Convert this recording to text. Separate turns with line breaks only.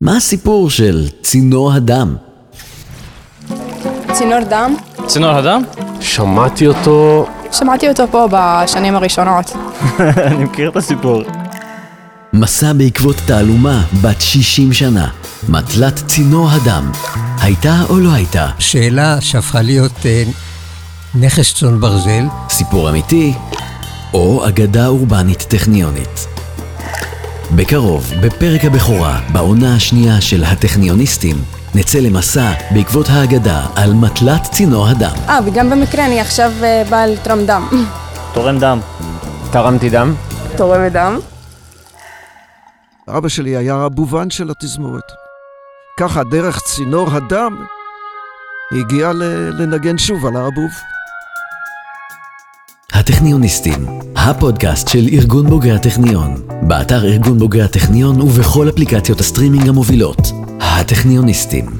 מה הסיפור של צינור הדם?
צינור דם,
צינור הדם?
שמעתי אותו,
שמעתי אותו פה בשנים הראשונות.
אני מכיר את הסיפור.
מסע בעקבות תעלומה בת 60 שנה, מטלת צינור הדם, הייתה או לא הייתה?
שאלה שהפכה להיות אה, נכס צאן ברזל.
סיפור אמיתי או אגדה אורבנית טכניונית. בקרוב, בפרק הבכורה, בעונה השנייה של הטכניוניסטים, נצא למסע בעקבות האגדה על מטלת צינור הדם.
אה, וגם במקרה אני עכשיו אה, באה לתרום דם.
תורם דם.
תרמתי דם.
תורמת דם?
אבא שלי היה הבובן של התזמורת. ככה, דרך צינור הדם, הגיע ל- לנגן שוב על האבוב.
הטכניוניסטים, הפודקאסט של ארגון בוגרי הטכניון, באתר ארגון בוגרי הטכניון ובכל אפליקציות הסטרימינג המובילות. הטכניוניסטים.